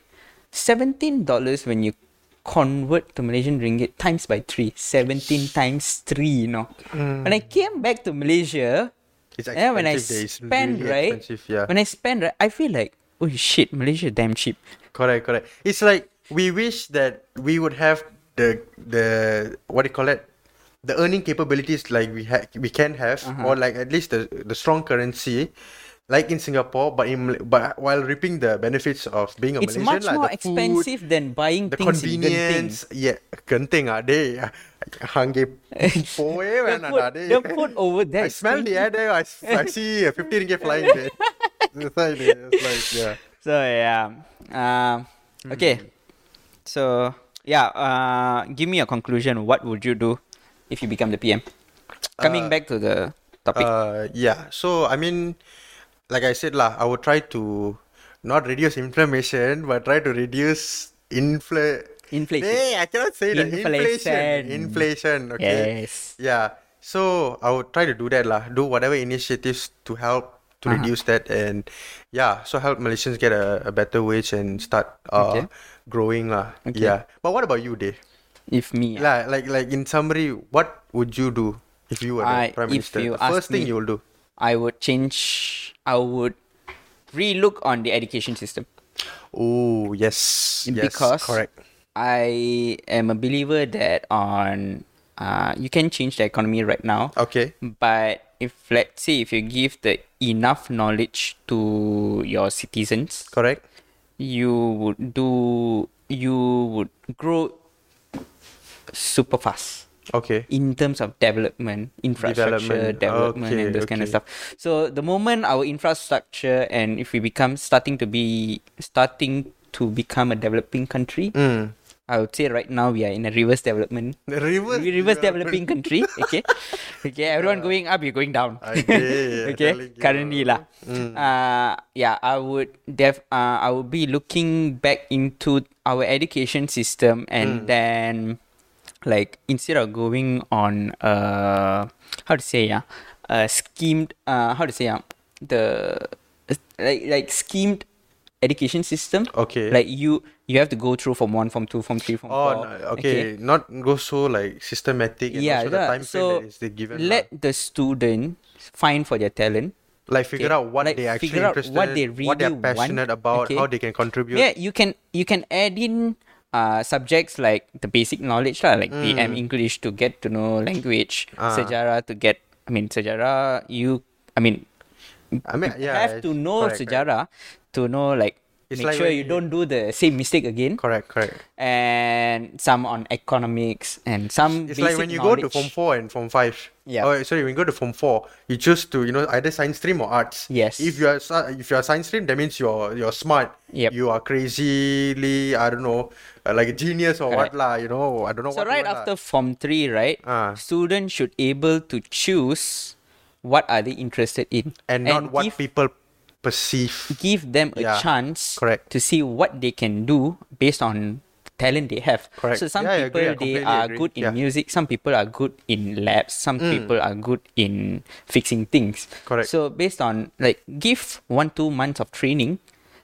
A: Seventeen dollars when you convert to Malaysian ringgit times by three. Seventeen times three, you know.
B: Hmm.
A: When I came back to Malaysia,
B: It's
A: yeah, when I
B: expensive there, it's
A: spend
B: really
A: right,
B: expensive, yeah.
A: when I spend right, I feel like oh shit, Malaysia damn cheap.
B: Correct, correct. It's like we wish that we would have the the what do you call it, the earning capabilities like we ha- we can have,
A: Uh-huh.
B: or like at least the the strong currency, like in Singapore, but in Mal- but while reaping the benefits of being a
A: It's
B: Malaysian,
A: much
B: like
A: more
B: the food,
A: expensive than buying
B: the
A: things in Genting.
B: convenience. Yeah, genting ah, they hungry.
A: The food, the food over there.
B: ah, I
A: is
B: smell the
A: crazy.
B: air there. I, s- I see a 50 ringgit flying there. It's like, it's like, yeah.
A: So yeah. Um.
B: Hmm.
A: Okay. So yeah. Uh. Give me a conclusion. What would you do if you become the PM? Coming back to the topic.
B: Uh, yeah. So I mean, like I said lah, I would try to not reduce inflammation, but try to reduce infl.
A: Inflation.
B: Hey, I cannot say that.
A: Inflation.
B: Inflation. Inflation. uh, Okay.
A: Yes.
B: Yeah. So I would try to do that lah. Do whatever initiatives to help
A: Uh-huh.
B: to reduce that, and yeah, so help Malaysians get a, a better wage and start uh,
A: Okay.
B: growing lah. Yeah. But what about you, Dave?
A: If me, ah,
B: Like, like, like in summary, what would you do if you were
A: I-
B: the prime
A: if
B: minister?
A: you
B: The
A: ask
B: first
A: me-
B: thing you will do.
A: I would change. I would relook on the education system.
B: Oh yes, yes,
A: because
B: correct.
A: I am a believer that on uh, you can change the economy right now.
B: Okay.
A: But if let's say if you give the enough knowledge to your citizens,
B: Correct.
A: you would do you would grow super fast
B: Okay.
A: in terms of development, infrastructure,
B: Development.
A: development, and
B: Okay,
A: those kind of
B: okay.
A: stuff. So the moment our infrastructure and if we become starting to be starting to become a developing country,
B: Mm.
A: I would say right now we are in a reverse development.
B: The reverse. uh,
A: We reverse developing country, okay, okay. Everyone going up, you're going down.
B: I did,
A: okay,
B: telling you. Mm.
A: currently lah. Uh, yeah, I would def. Uh, I would be looking back into our education system,
B: Mm.
A: and then, like, instead of going on uh, how to say yeah, uh, schemed uh, how to say yeah, the like like schemed education system.
B: Okay.
A: Like you, you have to go through from one, from two, from three, from
B: Oh,
A: four.
B: no, okay. Not go so like systematic and also the
A: that-
B: time frame that is they given.
A: let
B: lah.
A: the student find for their talent.
B: like figure
A: okay,
B: out what
A: like,
B: they actually
A: figure out
B: interested,
A: what they
B: are
A: really want,
B: passionate about,
A: okay.
B: how they can contribute.
A: Yeah, you can you can add in uh, subjects like the basic knowledge lah, like BM English to get to know language,
B: Mm. Ah.
A: sejarah to get. I mean, sejarah. You, I mean,
B: I mean, yeah,
A: have to
B: it's-
A: know
B: correct,
A: sejarah to know like
B: It's
A: make
B: like
A: sure
B: when
A: you
B: you-
A: don't do the same mistake again.
B: Correct, correct.
A: And some on economics and some.
B: It's
A: basic
B: like when you
A: knowledge.
B: go to form four and form five.
A: Yeah.
B: Oh, sorry. When you go to form four, you choose to you know either science stream or arts.
A: Yes.
B: If you are sci- if you are science stream, that means you're you're smart.
A: Yep.
B: You are crazily I don't know uh, like a genius or
A: Correct.
B: what lah. You know I don't know.
A: So
B: what you
A: right
B: want lah.
A: after form three, right,
B: Ah.
A: students should able to choose what are they interested in
B: and not what
A: give,
B: people perceive.
A: give them a
B: Yeah,
A: chance
B: correct.
A: to see what they can do based on talent they have.
B: Correct.
A: So some
B: Yeah, I
A: people
B: agree. I
A: they
B: completely
A: are
B: agree.
A: good in
B: Yeah. Mm.
A: music, some people are good in labs, some people are good in fixing things.
B: Correct.
A: So based on like give one two months of training,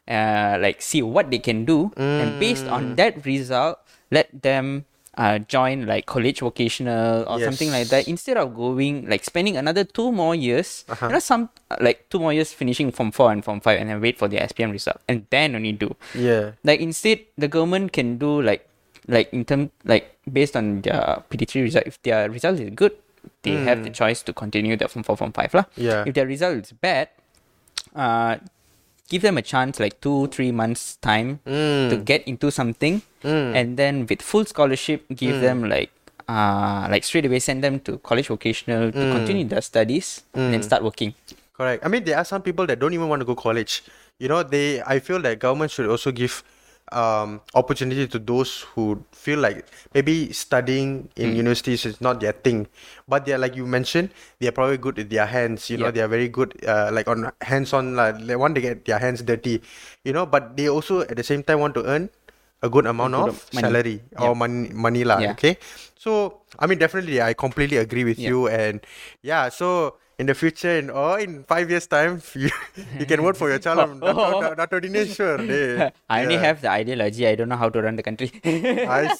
A: uh, like see what they can do, and based
B: Mm.
A: on that result, let them uh, join like college vocational or something like that.
B: Yes.
A: Instead of going like spending another two more years, you know some uh, like two more years finishing from four and from five, and then wait for the SPM result, and then only do.
B: Yeah.
A: Like instead, the government can do like like in term like based on their PT three result. If their result is good, they have the choice to continue their form four form five lah.
B: Hmm. Yeah.
A: If their result is bad, uh, give them a chance like two three months time
B: Hmm.
A: to get into something, and then with full scholarship,
B: Hmm.
A: give them like. Uh, like straight away send them to college vocational
B: Hmm.
A: to continue their studies and then start working.
B: Correct. I mean, there are some people that don't even want to go college. You know, they. I feel that government should also give um, opportunity to those who feel like maybe studying in
A: Hmm.
B: universities is not their thing, but they're like you mentioned, they're probably good with their hands. You know,
A: Yeah.
B: they are very good, uh, like on hands-on. Like they want to get their hands dirty, you know, but they also at the same time want to earn a good amount
A: good
B: of
A: of money.
B: salary or money, money lah.
A: Yeah.
B: Okay, so I mean, definitely, I completely agree with
A: Yeah.
B: you, and yeah, so in the future in or in five years time you, you can vote for your child I'm not, not, not, not even sure
A: Oh.
B: eh.
A: I only
B: Yeah.
A: have the ideology. I don't know how to run the country.
B: I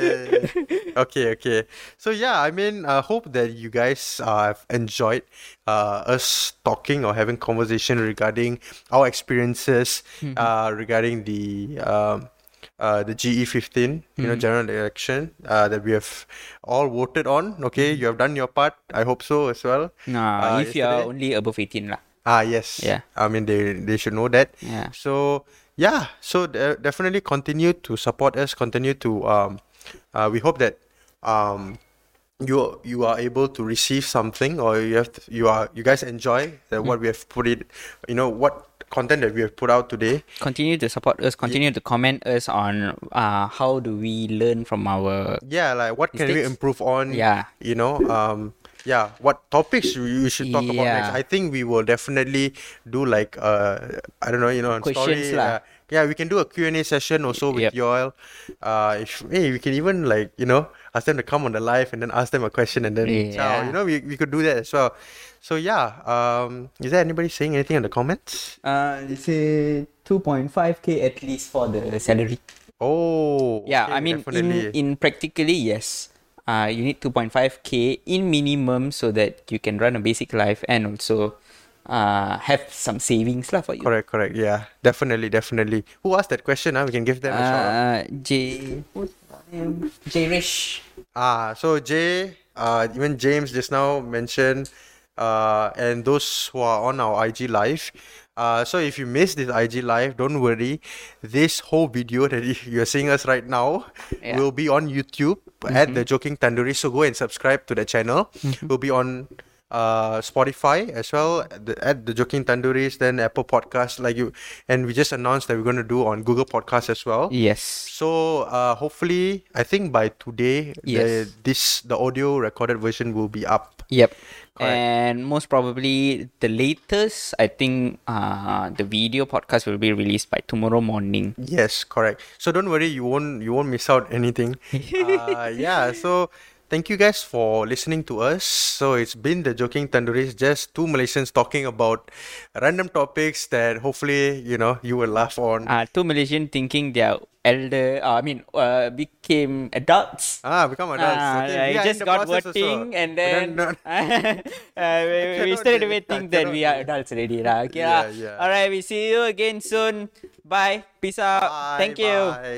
B: see. Okay, okay. So yeah, I mean, I hope that you guys uh, have enjoyed uh, us talking or having conversation regarding our experiences
A: Mm-hmm.
B: uh, regarding the um, uh, the GE fifteen, you know,
A: Mm-hmm.
B: general election uh, that we have all voted on. Okay, you have done your part. I hope so as well.
A: Mm-hmm. Nah,
B: Uh,
A: if you're only
B: yesterday-
A: above 18 lah.
B: Ah yes.
A: Yeah.
B: I mean they they should know that.
A: Yeah.
B: So yeah. So de- definitely continue to support us. Continue to um, uh, we hope that um, you you are able to receive something or you have to, you are you guys enjoy that
A: Hmm.
B: what we have put it, you know what content that we have put out today.
A: Continue to support us. Continue to comment us on uh, how do we learn from our
B: Yeah. Like what can we
A: Mistakes?
B: improve on?
A: Yeah.
B: You know um. yeah what topics we, we should talk about next
A: Yeah.
B: i think we will definitely do like uh i don't know you know on
A: Questions
B: story,
A: lah.
B: uh, yeah we can do a q&a session also with
A: Yep.
B: Yoel. uh if, hey we can even like you know ask them to come on the live and then ask them a question and then
A: Yeah.
B: ciao, you know we, we could do that as well so yeah um is there anybody saying anything in the comments
A: Uh, they say 2.5k at least for the salary.
B: oh
A: Yeah,
B: okay,
A: I mean, in,
B: definitely.
A: in practically, yes. Uh, you need 2.5k in minimum so that you can run a basic life and also uh, have some savings lah for you.
B: correct correct yeah definitely definitely who asked that question huh? we can give them a shout out
A: Uh, J. What's his name? J. Rish.
B: Ah, so Jay, uh, even James just now mentioned, uh, and those who are on our IG live, uh, so if you missed this IG live, don't worry. This whole video that you- you're seeing us right now
A: Yeah.
B: will be on YouTube at the Joking Tandoori. So go and subscribe to the channel. We'll be on uh Spotify as well at the, at the Joking Tandoori's, then Apple Podcast, like you, and we just announced that we're going to do on Google Podcast as well.
A: Yes.
B: So uh, hopefully, I think by today, the,
A: Yes.
B: this the audio recorded version will be up.
A: Yep.
B: Correct.
A: And most probably the latest, I think uh, the video podcast will be released by tomorrow morning.
B: Yes, correct. So don't worry, you won't you won't miss out anything. uh, yeah. So thank you guys for listening to us. So it's been the joking tandoori's, just two Malaysians talking about random topics that hopefully you know you will laugh on.
A: Uh, two Malaysian thinking they are elder, uh, I mean, uh, became adults.
B: Ah, become adults.
A: Ah,
B: okay,
A: I
B: we are in
A: just
B: the
A: got
B: process also.
A: voting and
B: But
A: then
B: no-
A: uh, we, we
B: cannot
A: straight
B: do
A: away
B: it. I
A: think that we
B: cannot
A: are adults already. lah. Okay, uh, lah.
B: Yeah, yeah.
A: All right, we see you again soon. Bye. Peace out.
B: Bye,
A: Thank you.
B: bye.